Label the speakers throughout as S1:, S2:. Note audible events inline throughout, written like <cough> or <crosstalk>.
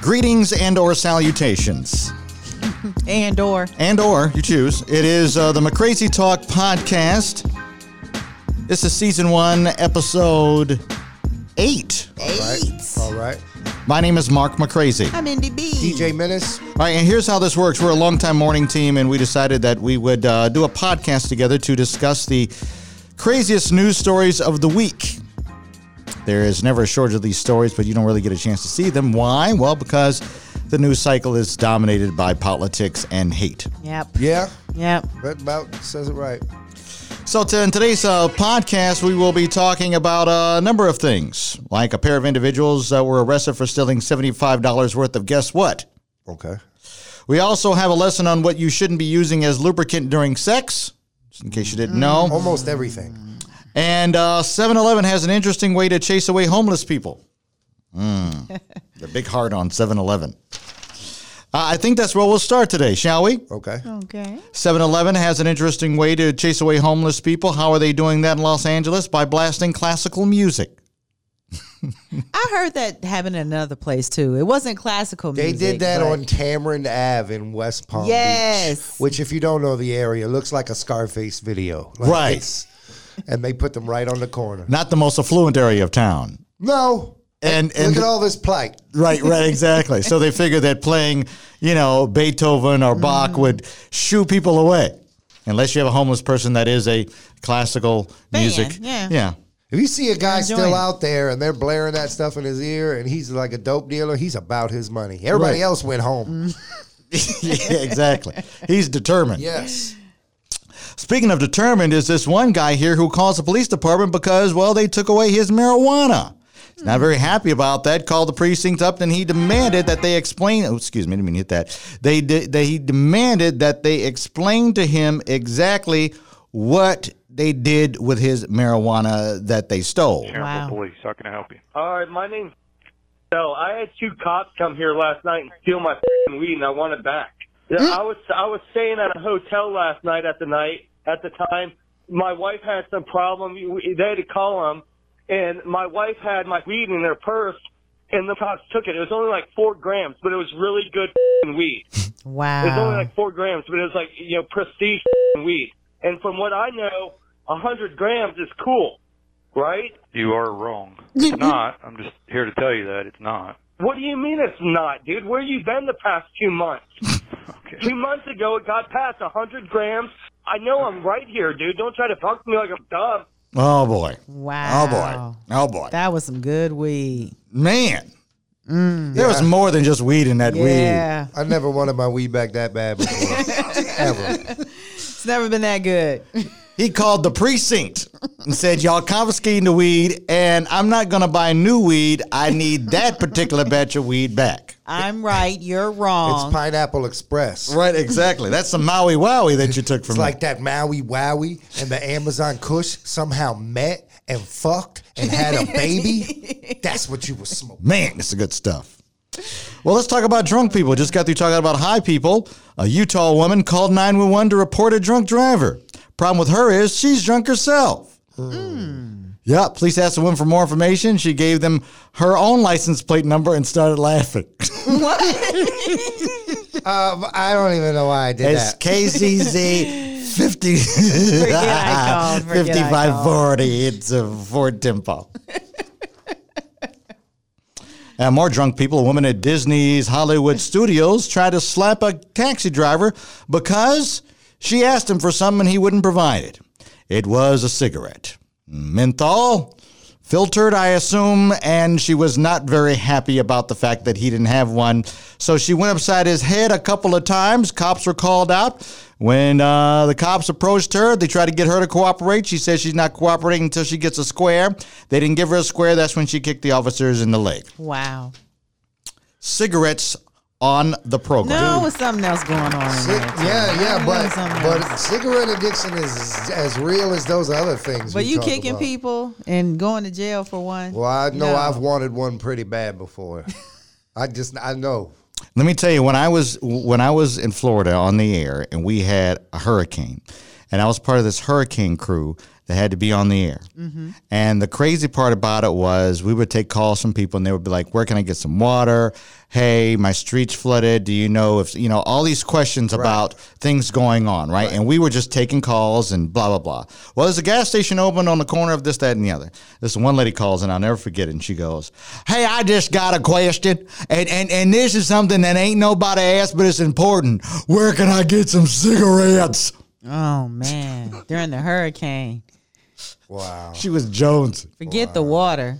S1: greetings and or salutations.
S2: And or
S1: and or you choose. It is uh, the McCrazy Talk podcast. This is season one, episode eight.
S2: eight.
S3: All right.
S1: My name is Mark McCrazy.
S2: I'm Indy B.
S3: DJ Menace.
S1: All right, and here's how this works. We're a longtime morning team, and we decided that we would uh, do a podcast together to discuss the craziest news stories of the week. There is never a shortage of these stories, but you don't really get a chance to see them. Why? Well, because the news cycle is dominated by politics and hate.
S2: Yep.
S3: Yeah.
S2: Yep.
S3: That about says it right.
S1: So, to, in today's uh, podcast, we will be talking about a number of things, like a pair of individuals that were arrested for stealing $75 worth of guess what?
S3: Okay.
S1: We also have a lesson on what you shouldn't be using as lubricant during sex, just in case you didn't know.
S3: Almost everything.
S1: And 7 Eleven has an interesting way to chase away homeless people. Mm. the big heart on 7 Eleven. Uh, I think that's where we'll start today, shall we?
S3: Okay.
S2: Okay.
S1: 7 Eleven has an interesting way to chase away homeless people. How are they doing that in Los Angeles? By blasting classical music.
S2: I heard that happened in another place too. It wasn't classical
S3: They
S2: music.
S3: did that
S2: but-
S3: on Tamarind Ave in West Palm
S2: Yes.
S3: Beach, which, if you don't know the area, looks like a Scarface video. Like
S1: Right.
S3: this. And they put them right on the corner.
S1: Not the most affluent area of town.
S3: No.
S1: And, and
S3: Look at all this plight.
S1: <laughs> Right, right, exactly. so they figured that playing, you know, Beethoven
S3: Mm.
S1: or Bach would shoo people away, unless you have a homeless person that is a classical
S2: Fan,
S1: music.
S2: yeah.
S1: yeah. <laughs>
S3: If you see a guy
S2: Enjoying
S3: still
S2: it.
S3: out there and they're blaring that stuff in his ear and he's like a dope dealer, he's about his money. Everybody
S1: Right.
S3: else went
S2: Mm.
S3: home.
S1: Yeah, exactly. He's determined.
S3: Yes.
S1: Speaking of determined, is this one guy here who calls the police department because, well, they took away his marijuana. He's not very happy about that. Called the precinct up and he demanded that they explain. Oh, excuse me, I didn't mean to hit that. They did. They, he demanded that they explain to him exactly what they did with his marijuana that they stole.
S4: Tampa
S2: Wow.
S4: Police. How can I help you?
S5: All right, my name's Bell. I had two cops come here last night and steal my fing weed, and I want it back. Yeah, I was I was staying at a hotel last night at the night at the time. My wife had some problem. We- They had to call them, and my wife had my weed in their purse, and the cops took it. It was only like four grams, but it was really good fing weed.
S2: Wow.
S5: It was only like four grams, but it was like you know prestige weed. And from what I know, a hundred grams is cool, right?
S4: You are wrong. It's not. I'm just here to tell you that it's not.
S5: What do you mean it's not, dude? Where you been the past two months?
S4: Okay.
S5: two months ago, it got past 100 grams. I know I'm right here, dude. Don't try to punk me like I'm dumb.
S1: Oh boy.
S2: wow.
S1: Oh boy. Oh boy.
S2: That was some good weed.
S1: Man. There was more than just weed in that weed.
S2: Mm. Yeah.
S3: I never wanted my weed back that bad before.
S1: <laughs>
S3: Ever.
S2: It's never been that good.
S1: He called the precinct and said, Y'all confiscating the weed, and I'm not going to buy new weed. I need that particular batch of weed back.
S2: I'm right. You're
S3: It's
S2: wrong.
S3: Pineapple Express.
S1: Right, exactly. That's some Maui Wowie that you took from
S3: It's
S1: me.
S3: like that Maui Wowie and the Amazon Kush somehow met and fucked and had a
S2: <laughs>
S3: baby. That's what you were smoking.
S1: Man, this is good stuff. Well, let's talk about drunk people. Just got through talking about high people. A Utah woman called 911 to report a drunk driver. Problem with her is she's drunk herself. Hmm. Yeah, police asked the woman for more information. She gave them her own license plate number and started laughing.
S3: Um, I don't even know why I did
S1: It's
S3: that.
S1: KCZ 50, <laughs>
S2: I called, forget I
S1: 5540. It's a Ford Tempo. And more drunk people, a woman at Disney's Hollywood Studios tried to slap a taxi driver because she asked him for something and he wouldn't provide it. It was a cigarette. Menthol, filtered, I assume, and she was not very happy about the fact that he didn't have one. So she went upside his head a couple of times. Cops were called out. When uh, the cops approached her, they tried to get her to cooperate. She says she's not cooperating until she gets a square. They didn't give her a square. That's when she kicked the officers in the leg.
S2: wow.
S1: Cigarettes on the program.
S2: No, it was something else going on. In
S3: Ci-
S2: there too.
S3: yeah, yeah, but
S2: something
S3: but
S2: else.
S3: cigarette addiction is as real as those other things.
S2: But
S3: we
S2: you
S3: talk
S2: kicking
S3: about.
S2: people and going to jail for one.
S3: Well, I know
S2: No.
S3: I've wanted one pretty
S2: <laughs>
S3: bad before. I just I know.
S1: Let me tell you when I was when I was in Florida on the air and we had a hurricane and I was part of this hurricane crew that had to be on the air. And the crazy part about it was we would take calls from people and they would be like, Where can I get some water? Hey, my street's flooded. Do you know if, you know, all these questions about things going on, right? And we were just taking calls and blah, blah, blah. Well, there's a gas station open on the corner of this, that, and the other. This one lady calls and I'll never forget it. And she goes, Hey, I just got a question. And, and, and this is something that ain't nobody asked, but it's important. Where can I get some cigarettes?
S2: Oh man, during the hurricane,
S3: Wow.
S1: She was Jones.
S2: forget the water.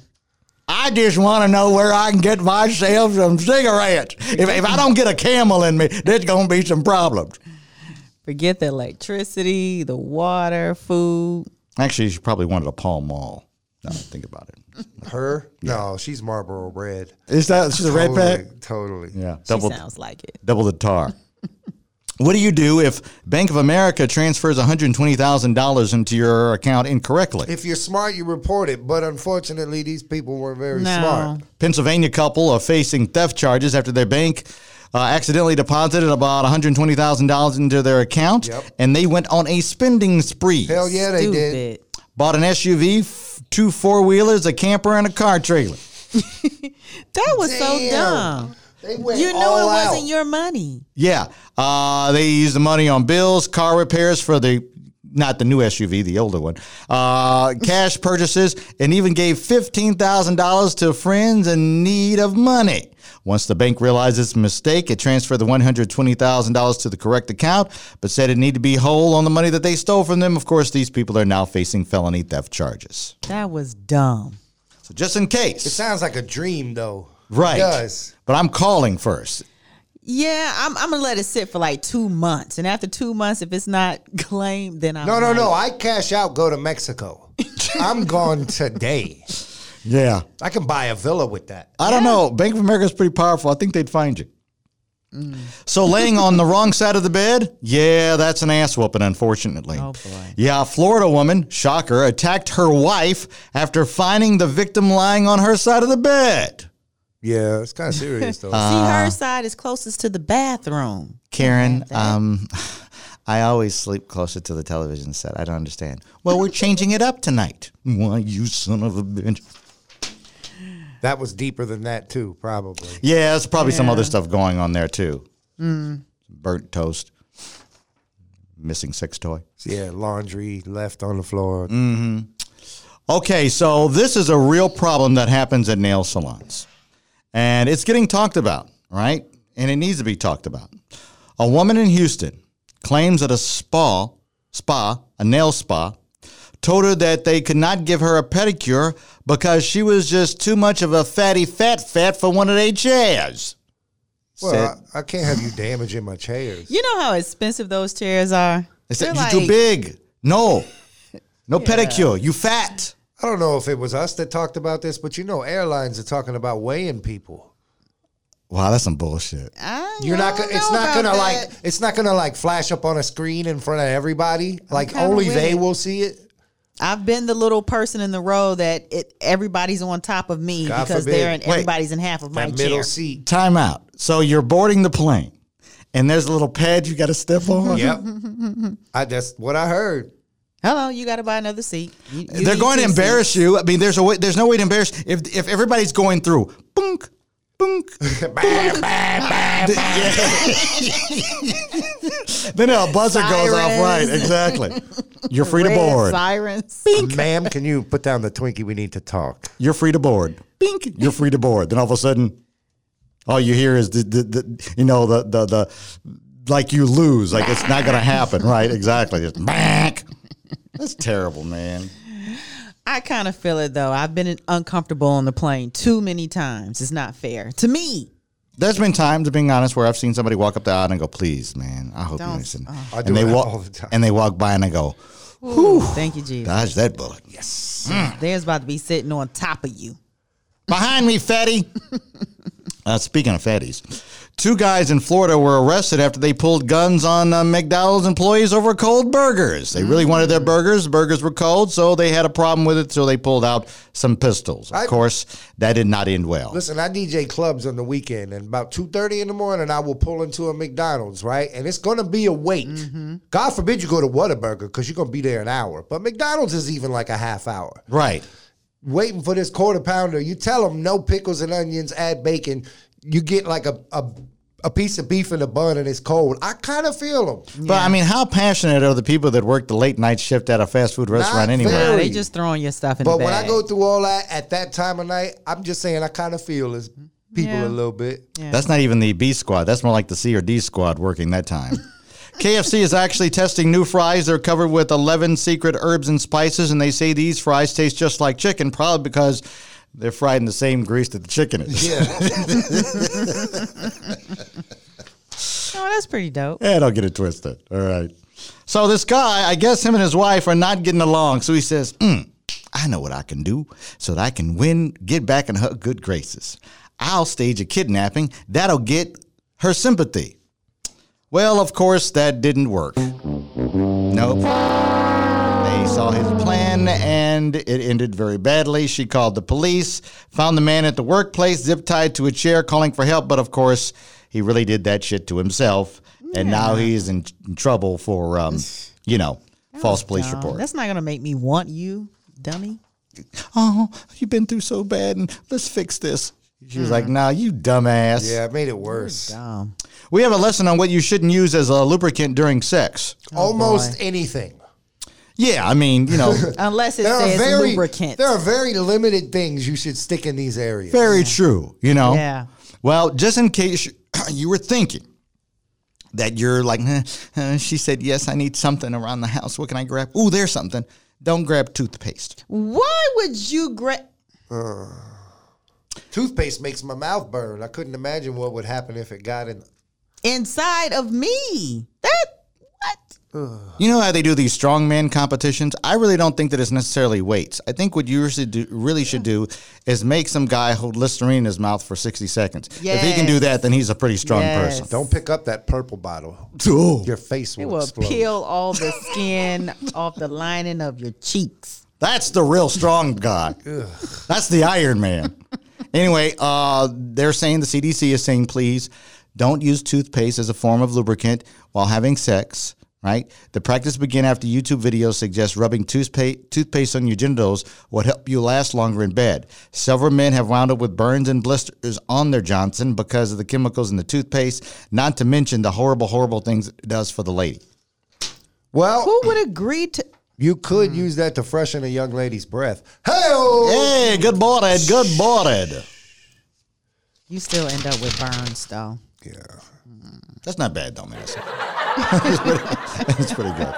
S1: I just want to know where I can get myself some cigarettes. If, if I don't get a camel in me, there's going to be some problems.
S2: Forget the electricity, the water, food.
S1: Actually, she probably wanted a Pall Mall. Now that I think about it.
S3: Her? No, she's Marlboro Red.
S1: Is that she's a red pack?
S3: Totally, totally.
S1: Yeah,
S2: She
S1: double
S2: sounds like it.
S1: double the tar. <laughs> what do you do if Bank of America transfers one hundred twenty thousand dollars into your account incorrectly?
S3: If you're smart, you report it. But unfortunately, these people weren't very
S2: No.
S3: smart.
S1: Pennsylvania couple are facing theft charges after their bank uh, accidentally deposited about one hundred twenty thousand dollars into their account,
S3: Yep.
S1: and they went on a spending spree.
S3: Hell yeah, they did.
S2: Stupid.
S1: Bought an SUV, f- two four wheelers, a camper, and a car trailer.
S2: That was so
S3: Damn.
S2: dumb.
S3: They went
S2: You knew it
S3: all out.
S2: wasn't your money.
S1: Yeah, uh, they used the money on bills, car repairs for the not the new SUV, the older one, uh, cash purchases, and even gave fifteen thousand dollars to friends in need of money. Once the bank realized its mistake, it transferred the one hundred twenty thousand dollars to the correct account, but said it needed to be whole on the money that they stole from them. Of course, these people are now facing felony theft charges.
S2: That was dumb.
S1: So just in case,
S3: It sounds like a dream, though.
S1: right?
S3: It does.
S1: But I'm calling first.
S2: Yeah, I'm, I'm gonna let it sit for like two months, and after two months, if it's not <laughs> claimed, then I'm
S3: No, no,
S2: like,
S3: no. I cash out, go
S2: <laughs>
S3: to Mexico. I'm gone today.
S1: Yeah,
S3: I can buy a villa with that.
S1: I don't know. Bank of America is pretty powerful. I think they'd find you. So laying on the wrong side of the bed, yeah, that's an ass whooping, unfortunately.
S2: Oh, boy.
S1: Yeah, a Florida woman, shocker, attacked her wife after finding the victim lying on her side of the bed.
S3: Yeah, it's kind of serious, though.
S2: See, her side is closest to the bathroom.
S1: Karen, um, I always sleep closer to the television set. I don't understand. Well, we're changing it up tonight. Why, you son of a bitch.
S3: that was deeper than that, too, probably.
S1: Yeah, there's probably some other stuff going on there too. Burnt toast, missing sex toy.
S3: Yeah, laundry left on the floor.
S1: Okay, so this is a real problem that happens at nail salons. And it's getting talked about, right? And it needs to be talked about. A woman in Houston claims that a spa, spa, a nail spa, told her that they could not give her a pedicure because she was just too much of a fatty fat fat for one of their chairs.
S3: Well, I, I can't have you damaging my chairs.
S2: You know how expensive those chairs are.
S1: They
S2: They're
S1: said,
S2: like-
S1: You're too big. No. No pedicure. You fat.
S3: I don't know if it was us that talked about this, but you know, airlines are talking about weighing people.
S1: Wow, that's some bullshit.
S2: I
S3: You're not.
S2: don't
S3: Gonna, it's
S2: know
S3: not
S2: about
S3: gonna
S2: that.
S3: like. It's not gonna like flash up on a screen in front of everybody. Like
S2: kinda
S3: only
S2: with
S3: they
S2: it.
S3: will see it.
S2: I've been the little person in the row that it everybody's on top of me
S3: God
S2: because
S3: forbid.
S2: they're in
S1: Wait.
S2: everybody's in half of my
S3: That middle
S2: chair.
S3: seat.
S1: Time out. So you're boarding the plane, and there's a little pad you got to step
S2: <laughs>
S1: on.
S3: Yep. I that's what I heard.
S2: Hello, you got to buy another seat. You- you
S1: They're
S2: need
S1: going to
S2: two
S1: embarrass you. I mean, there's a way, there's no way to embarrass if if everybody's going through. Boonk,
S2: <laughs>
S1: boonk.
S3: Bah, bah, bah.
S1: <laughs> Then a buzzer goes off. Right,
S2: Sirens.
S1: exactly. You're free
S2: seats.
S1: to
S2: Red
S1: board.
S2: sirens.
S3: Ma'am, can you put down the Twinkie? We need to talk.
S1: You're free to board. Bink. You're free to board. Then all of a sudden, all you hear is the, the, the you know the the the like you lose. Like it's not going to happen. Right? Exactly. Just back. That's terrible, man.
S2: I kind of feel it though. I've been in- uncomfortable on the plane too many times. It's not fair to me.
S1: There's been times, being honest, where I've seen somebody walk up the aisle and I go, "Please, man, I hope you
S2: Don't-
S1: listen."
S3: I do
S1: and they
S3: that
S1: walk
S3: all the time.
S1: and they walk by and I go,
S2: Thank you, Jesus.
S1: "Dodge that bullet." Yes.
S2: There's about to be sitting on top of you.
S1: Behind me, fatty. uh, speaking of fatties, Two guys in Florida were arrested after they pulled guns on uh, McDonald's employees over cold burgers. They really wanted their burgers. Burgers were cold, so they had a problem with it, so they pulled out some pistols. Of
S3: I-
S1: course, that did not end well.
S3: Listen, I DJ clubs on the weekend, and about two thirty in the morning, I will pull into a McDonald's, right? And it's gonna be a wait.
S2: Mm-hmm.
S3: God forbid you go to Whataburger because you're gonna be there an hour, but McDonald's is even like a half hour.
S1: Right.
S3: Waiting for this quarter pounder, you tell them no pickles and onions, add bacon. You get like a a, a piece of beef in a bun, and it's cold. I kind of feel them.
S1: But I mean, how passionate are the people that work the late night shift at a fast food restaurant anyway?
S3: fair.
S2: Nah, they
S3: Really?
S2: just throwing your stuff in
S3: But
S2: the
S3: when
S2: bag.
S3: I go through all that at that time of night, I'm just saying I kind of feel as people
S2: Yeah.
S3: a little bit.
S2: Yeah.
S1: That's not even the B squad. That's more like the C or D squad working that time. KFC is actually testing new fries. They're covered with 11 secret herbs and spices, and they say these fries taste just like chicken, probably because they're fried in the same grease that the chicken is. <laughs>
S3: Yeah,
S2: oh, that's pretty dope.
S1: Yeah, don't get it twisted. All right. So this guy, I guess him and his wife are not getting along. So he says, mm, I know what I can do so that I can win, get back in her good graces. I'll stage a kidnapping. That'll get her sympathy. Well, of course, that didn't work. Nope. They saw his plan and it ended very badly. She called the police, found the man at the workplace, zip tied to a chair, calling for help. But of course, he really did that shit to himself. And now he's in, in trouble for, um, you know, false police
S2: Nah,
S1: report.
S2: That's not gonna make me want you, dummy.
S1: Oh, you've been through so bad and let's fix this. She was like, nah, you dumbass.
S3: yeah, I made it worse.
S2: Dumb.
S1: We have a lesson on what you shouldn't use as a lubricant during sex.
S2: Oh,
S3: Almost anything.
S1: Yeah, I mean, you know,
S2: Unless it
S3: There are
S2: says
S3: very
S2: lubricant.
S3: there are very limited things you should stick in these areas.
S1: very true, you know?
S2: Yeah.
S1: Well, just in case you- <clears throat> you were thinking that you're like, "Eh, uh, she said, yes, I need something around the house. What can I grab? Ooh, there's something. Don't grab toothpaste.
S2: Why would you grab?
S3: Toothpaste makes my mouth burn. I couldn't imagine what would happen if it got in.
S2: inside of me. That what?
S1: You know how they do these strongman competitions? I really don't think that it's necessarily weights. I think what you really should do, really should do is make some guy hold Listerine in his mouth for 60 seconds. If he can do
S2: Yes.
S1: that, then he's a pretty strong
S2: Yes.
S1: person.
S3: Don't pick up that purple bottle.
S1: Ooh.
S3: Your face will,
S2: It will
S3: explode.
S2: peel all the <laughs> skin off the lining of your cheeks.
S1: That's the real strong guy. That's the Iron Man. anyway, uh, they're saying the CDC is saying, please don't use toothpaste as a form of lubricant while having sex. Right, the practice began after YouTube videos suggest rubbing toothpaste toothpaste on your genitals would help you last longer in bed. Several men have wound up with burns and blisters on their Johnson because of the chemicals in the toothpaste. Not to mention the horrible, horrible things it does for the lady.
S3: Well,
S2: Who would agree to?
S3: you could
S1: Mm.
S3: use that to freshen a young lady's breath. Hey,
S1: Hey, good morning, good morning.
S2: You still end up with burns though.
S3: yeah.
S1: That's not bad, though, man. That's that's <laughs> pretty good.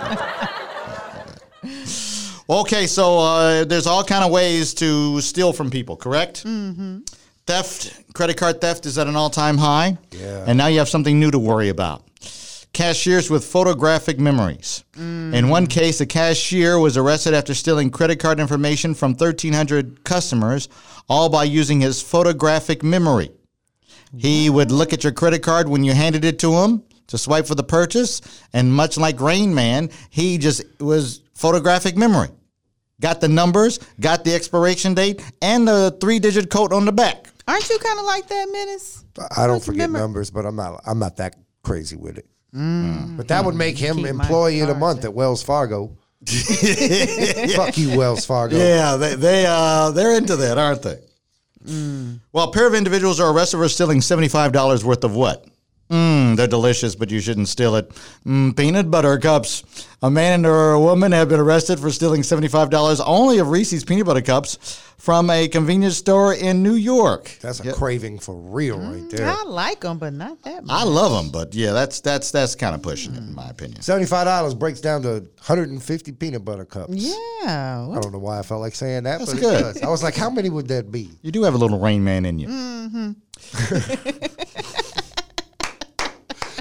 S1: Okay, so uh, there's all kind of ways to steal from people, correct? Mm-hmm. Theft, credit card theft is at an all-time high.
S3: Yeah.
S1: And now you have something new to worry about. Cashiers with photographic memories. In one case, a cashier was arrested after stealing credit card information from 1,300 customers, all by using his photographic memory. He would look at your credit card when you handed it to him to swipe for the purchase, and much like Rain Man, he just was photographic memory. Got the numbers, got the expiration date, and the three-digit code on the back.
S2: Aren't you kind of like that, Menace?
S3: I don't
S2: Let's
S3: forget
S2: remember-
S3: numbers, but I'm not I'm not that crazy with it.
S1: Mm.
S3: But that would make him
S2: Keep my
S3: employee of the
S2: cards
S3: month at Wells <laughs> Fargo. Fuck you, Wells Fargo.
S1: Yeah, they they uh, they're into that, aren't they? Well, a pair of individuals are arrested for stealing seventy-five dollars worth of what? Mm, they're delicious, but you shouldn't steal it. Mm, peanut butter cups. A man and or a woman have been arrested for stealing seventy-five dollars only of Reese's peanut butter cups from a convenience store in New York.
S3: That's a
S1: Yeah,
S3: craving for real
S1: Mm,
S3: right there.
S2: I like them, but not that much.
S1: I love them, but yeah, that's that's that's kind of pushing it, in my opinion.
S3: Seventy-five dollars breaks down to 150 peanut butter cups.
S2: yeah.
S3: I
S2: What?
S3: don't know why I felt like saying that,
S1: That's
S3: but
S1: good.
S3: it does. I was like, how many would that be?
S1: You do have a little Rain Man in you.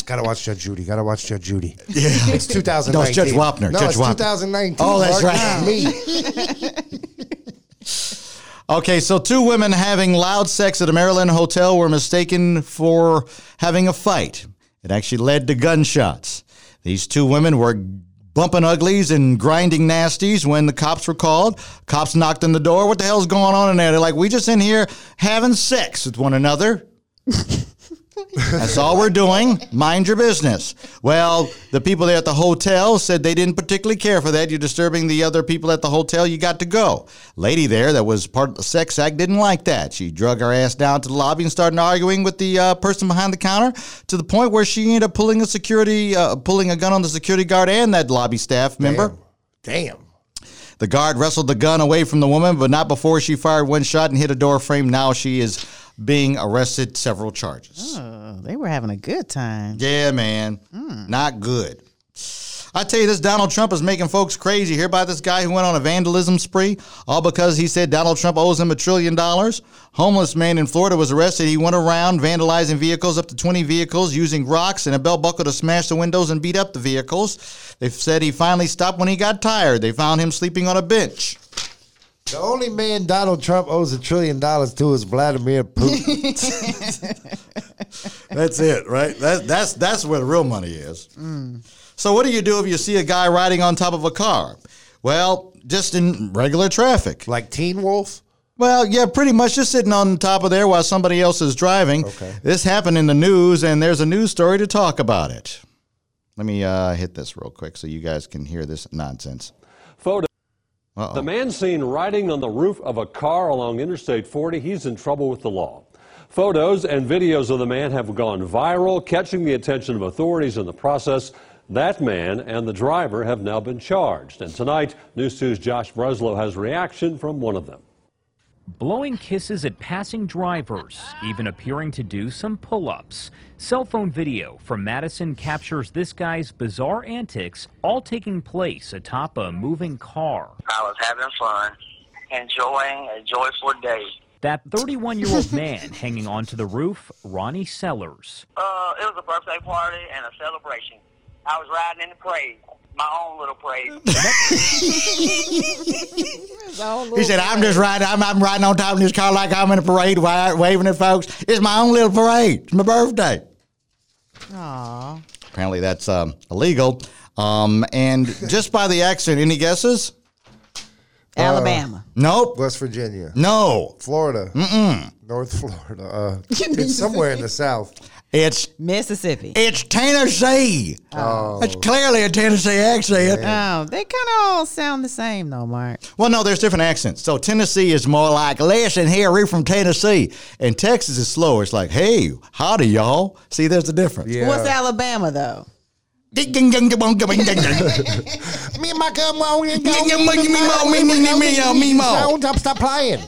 S3: Gotta watch Judge Judy. Gotta watch
S1: <laughs>
S3: Judge Judy.
S1: Yeah.
S3: It's 2019.
S1: No, it's Judge Wapner.
S3: No,
S1: Judge
S3: it's
S1: Wapner.
S3: 2019.
S1: Oh, that's
S3: Mark,
S1: right.
S3: not Me.
S1: Okay, so two women having loud sex at a Maryland hotel were mistaken for having a fight. It actually led to gunshots. These two women were bumping uglies and grinding nasties when the cops were called. Cops knocked on the door. What the hell's going on in there? They're like, we just in here having sex with one another. That's all we're doing. Mind your business. Well, the people there at the hotel said they didn't particularly care for that. You're disturbing the other people at the hotel. You got to go. Lady there that was part of the sex act didn't like that. She drug her ass down to the lobby and started arguing with the uh, person behind the counter to the point where she ended up pulling a security, uh, pulling a gun on the security guard and that lobby staff member.
S3: Damn.
S1: The guard wrestled the gun away from the woman, but not before she fired one shot and hit a door frame. Now she is being arrested several charges.
S2: Oh, they were having a good time.
S1: Yeah, man. Not good. I tell you, this Donald Trump is making folks crazy. Here by this guy who went on a vandalism spree, all because he said Donald Trump owes him a trillion dollars. Homeless man in Florida was arrested. He went around vandalizing vehicles, up to 20 vehicles, using rocks and a belt buckle to smash the windows and beat up the vehicles. They said he finally stopped when he got tired. They found him sleeping on a bench.
S3: The only man Donald Trump owes a trillion dollars to is Vladimir <laughs> Putin.
S1: That's it, right? That, that's that's where the real money is. So what do you do if you see a guy riding on top of a car? Well, just in regular traffic.
S3: like Teen Wolf?
S1: Well, yeah, pretty much just sitting on top of there while somebody else is driving.
S3: Okay.
S1: This happened in the news, and there's a news story to talk about it. Let me uh, hit this real quick so you guys can hear this nonsense.
S6: Photo.
S1: Uh-oh.
S6: The man seen riding on the roof of a car along Interstate 40, he's in trouble with the law. Photos and videos of the man have gone viral, catching the attention of authorities in the process. That man and the driver have now been charged. And tonight, News 2's Josh Breslow has reaction from one of them.
S7: blowing kisses at passing drivers, even appearing to do some pull ups. Cell phone video from Madison captures this guy's bizarre antics, all taking place atop a moving car.
S8: I was having fun, enjoying a joyful day.
S7: That 31 year old man hanging onto the roof, Ronnie Sellers.
S8: Uh, it was a birthday party and a celebration. I was riding in the parade, my own little parade.
S1: He said, "I'm just riding. I'm, I'm riding on top of this car like I'm in a parade, wa- waving at folks. It's my own little parade. It's my birthday."
S2: Aw.
S1: Apparently, that's um, illegal. Um, and just by the accent, any guesses?
S2: Alabama.
S1: Nope.
S3: West Virginia.
S1: No.
S3: Florida. Mm-mm. North Florida. <laughs> Uh, it's somewhere in the South.
S1: It's
S2: Mississippi.
S1: it's Tennessee. Oh. It's clearly a Tennessee accent.
S2: Oh, they kind of all sound the same though, Mark.
S1: Well, no, there's different accents. So Tennessee is more like, listen here, we're from Tennessee. And Texas is slower. It's like, hey, howdy, y'all. See, there's the difference.
S3: Yeah.
S2: What's Alabama though?
S3: Me and my girl, me and
S1: Mimo.
S3: Don't stop playing.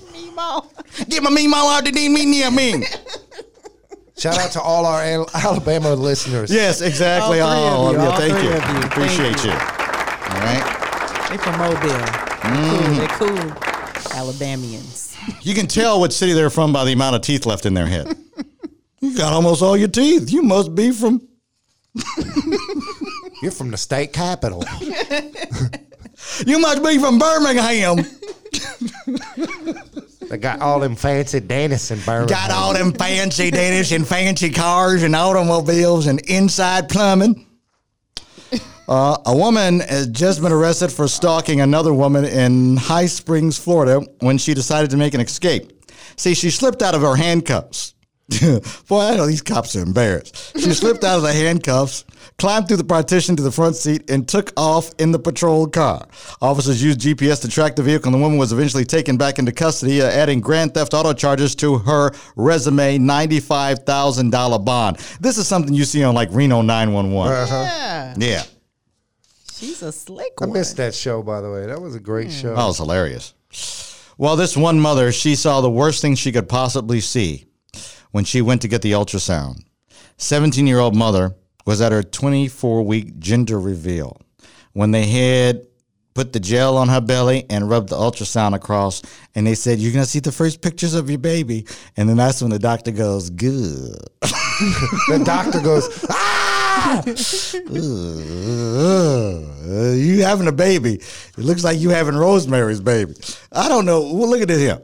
S1: Get my Mimo out the Mimo.
S3: Shout out to all our Al- Alabama listeners.
S1: Yes, exactly.
S2: All
S1: Oh,
S2: three of you,
S1: yeah,
S2: all
S1: thank
S2: three
S1: you.
S2: of you. Thank
S1: Appreciate
S2: you.
S1: you. All right.
S2: They from Mobile. They're cool. They're cool. Alabamians.
S1: You can tell what city they're from by the amount of teeth left in their
S2: <laughs>
S1: head. you got almost all your teeth. You must be from.
S3: You're from the state capital.
S1: You must be from
S2: <laughs>
S1: Birmingham.
S3: They got all them fancy dentists in Birmingham.
S1: got all them fancy dentists and fancy cars and automobiles and inside plumbing. Uh, a woman has just been arrested for stalking another woman in High Springs, Florida, when she decided to make an escape. See, she slipped out of her handcuffs. <laughs> Boy, I know these cops are embarrassed. She slipped out of the handcuffs, climbed through the partition to the front seat, and took off in the patrol car. Officers used GPS to track the vehicle, and the woman was eventually taken back into custody, uh, adding grand theft auto charges to her resume $95,000 bond. This is something you see on like Reno 911.
S2: Yeah.
S1: Yeah.
S2: She's a slick
S3: I
S2: one.
S3: missed that show, by the way. That was a great show.
S1: That was hilarious. Well, this one mother, she saw the worst thing she could possibly see when she went to get the ultrasound. 17 year old mother was at her 24 week gender reveal when they had put the gel on her belly and rubbed the ultrasound across. And they said, You're going to see the first pictures of your baby. And then that's when the doctor goes, Good.
S3: The doctor goes, ah!
S1: Ugh, you having a baby. It looks like you having Rosemary's baby. I don't know. Well, look at this here.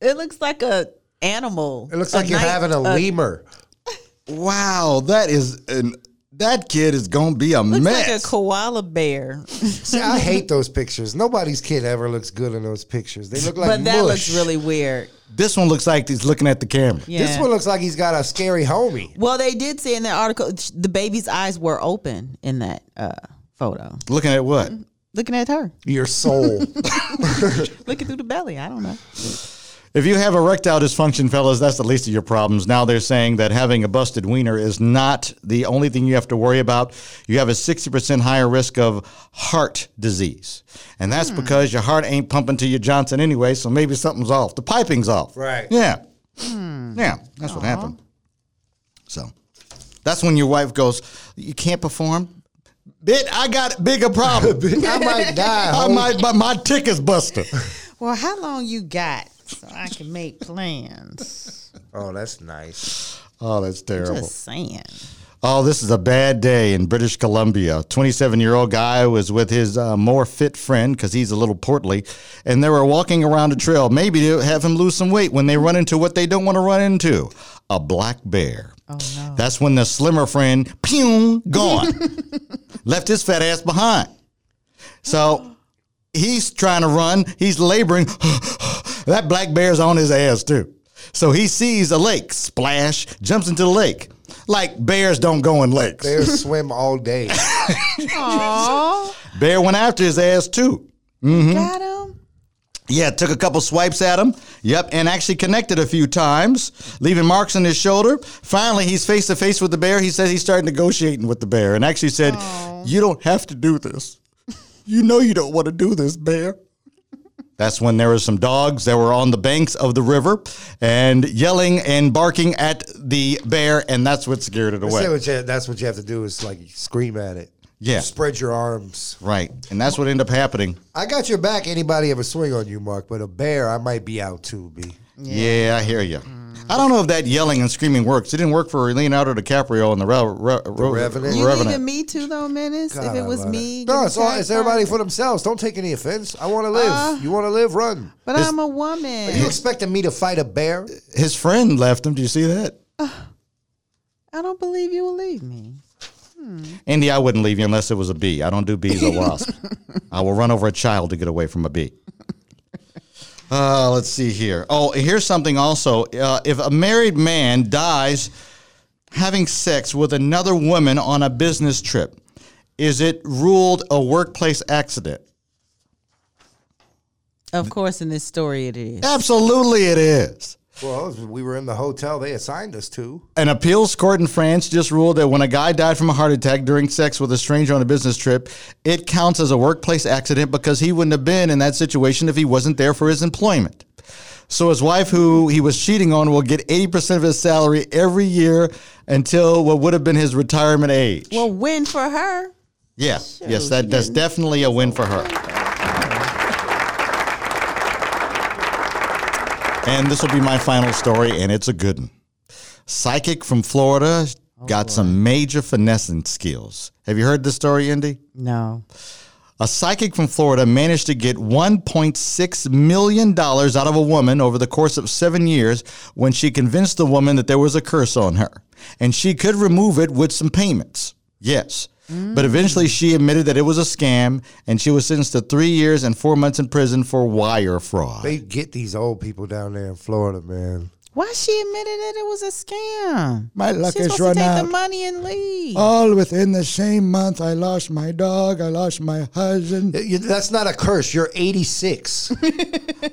S2: It looks like a animal.
S3: It looks like you're
S2: night- uh,
S3: having a uh, lemur.
S1: Wow, that is an that kid is gonna be a
S2: Looks
S1: mess.
S2: like a koala bear. <laughs>
S3: See, I hate those pictures. Nobody's kid ever looks good in those pictures. They look like
S2: but that looks
S3: mush.
S2: really weird.
S1: this one looks like he's looking at the camera.
S2: Yeah.
S3: This one looks like he's got a scary homie.
S2: well, they did say in the article sh- the baby's eyes were open in that uh, photo.
S1: Looking at what?
S2: Mm-hmm. Looking at her,
S3: Your soul.
S2: looking through the belly. I don't know.
S1: If you have erectile dysfunction, fellas, that's the least of your problems. Now they're saying that having a busted wiener is not the only thing you have to worry about. You have a 60% higher risk of heart disease. And that's
S3: Hmm.
S1: because your heart ain't pumping to your Johnson anyway, so maybe something's off. The piping's off.
S3: Right. Hmm.
S1: Yeah. Yeah, that's what happened. So that's when your wife goes, You can't perform? Bit, I got bigger problem.
S3: <laughs> I might die.
S1: I
S3: homie.
S1: might, my, my tick is busted.
S2: Well, how long you got so I can make plans?
S3: <laughs> Oh, that's nice.
S1: Oh, that's terrible.
S2: Just saying.
S1: Oh, this is a bad day in British Columbia. 27 year old guy was with his uh, more fit friend because he's a little portly, and they were walking around a trail, maybe to have him lose some weight when they run into what they don't want to run into a black bear. Oh, no. That's when the slimmer friend, pew, gone, left his fat ass behind. So he's trying to run, he's laboring. <gasps> that black bear's on his ass, too. So he sees a lake, splash, jumps into the lake. Like bears don't go in lakes.
S3: Bears swim all <laughs> day.
S2: Oh,
S1: Bear went after his ass too.
S3: Hmm?
S2: got him.
S1: Yeah, took a couple swipes at him. Yep, and actually connected a few times, leaving marks on his shoulder. Finally, he's face to face with the bear. He said he started negotiating with the bear and actually said, You don't have to do this. You know you don't want to do this, bear. That's when there were some dogs that were on the banks of the river and yelling and barking at the bear, and that's what scared it
S3: That's
S1: away.
S3: what you- that's what you have to do is like scream at it.
S1: Yeah.
S3: Spread your arms.
S1: Right. And that's what ended up happening.
S3: I got your back. Anybody ever swing on you, Mark? But a bear, I might be out too, B.
S1: Yeah, I hear you. I don't know if that yelling and screaming works. It didn't work for Leonardo DiCaprio in the, Re- Re- Re-
S3: Revenant?
S2: You
S1: Revenant.
S2: needed me too, though, Menace.
S3: God,
S2: if
S3: I
S2: it was
S3: love
S2: me,
S3: No,
S2: getting
S3: it's all.
S2: attacked
S3: It's
S2: by-
S3: everybody for themselves. Don't take any offense. I want to live.
S2: Uh.
S3: you want to live? Run.
S2: But I'm a woman.
S3: Are you expecting me to fight a bear?
S1: His friend left him. Do you see that?
S2: I don't believe you will leave me.
S1: Andy, I wouldn't leave you unless it was a bee. I don't do bees or wasps. I will run over a child to get away from a bee. Uh, let's see here. Oh, here's something also. Uh, if a married man dies having sex with another woman on a business trip, is it ruled a workplace accident?
S2: Of course, in this story, it is.
S1: Absolutely, it is.
S3: Well, we were in the hotel they assigned us to.
S1: An appeals court in France just ruled that when a guy died from a heart attack during sex with a stranger on a business trip, it counts as a workplace accident because he wouldn't have been in that situation if he wasn't there for his employment. So his wife, who he was cheating on, will get 80% of his salary every year until what would have been his retirement age.
S2: Well, win for her.
S1: yeah, yes, that, that's definitely a win for her. And this will be my final story, and it's a good one. Psychic from Florida got some major finessing skills. Have you heard this story, Indy?
S2: No.
S1: A psychic from Florida managed to get $1.6 million out of a woman over the course of seven years when she convinced the woman that there was a curse on her and she could remove it with some payments. Yes. But eventually she admitted that it was a scam and she was sentenced to three years and four months in prison for wire fraud.
S3: They get these old people down there in Florida, man.
S2: Why she admitted that it was a scam?
S1: My luck
S2: She's
S1: has
S2: supposed
S1: run
S2: to take
S1: out.
S2: the money and leave.
S1: All within the same month, I lost my dog, I lost my husband.
S3: You- That's not a curse. You're 86.
S1: <laughs>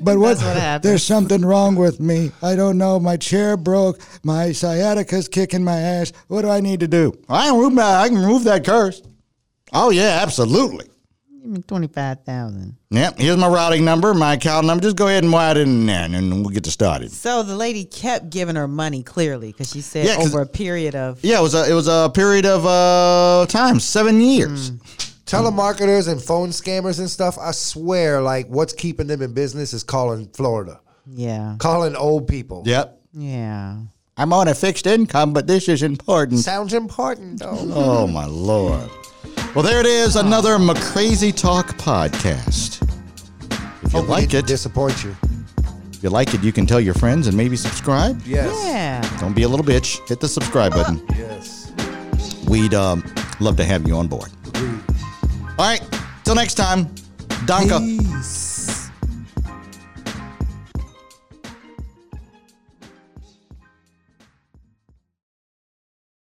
S1: But what,
S2: what happens.
S1: there's something wrong with me. I don't know. My chair broke. My sciatica's kicking my ass. What do I need to do? I can remove, my, I can remove that curse. Oh, yeah, absolutely.
S2: Give me twenty five thousand.
S1: Yep, here's my routing number, my account number. Just go ahead and wire it in there, and then we'll get you started.
S2: So the lady kept giving her money clearly because she said
S1: Yeah, 'cause-
S2: over a period of
S1: Yeah, it was a, it was a period of uh, time, seven years.
S3: Telemarketers and phone scammers and stuff, I swear, like, what's keeping them in business is calling Florida,
S2: yeah,
S3: calling old people.
S1: Yep.
S2: yeah.
S1: I'm on a fixed income, but this is important.
S3: Sounds important, though.
S1: Oh my lord. Well, there it is, another McCrazy Talk podcast. If you
S3: Hope Oh, we
S1: like
S3: didn't
S1: it,
S3: Disappoint you.
S1: If you like it, you can tell your friends and maybe subscribe.
S3: Yes.
S2: Yeah.
S1: Don't be a little bitch. Hit the subscribe button.
S3: Yes.
S1: We'd um, love to have you on board. All right. Till next time. Danka.
S3: Peace.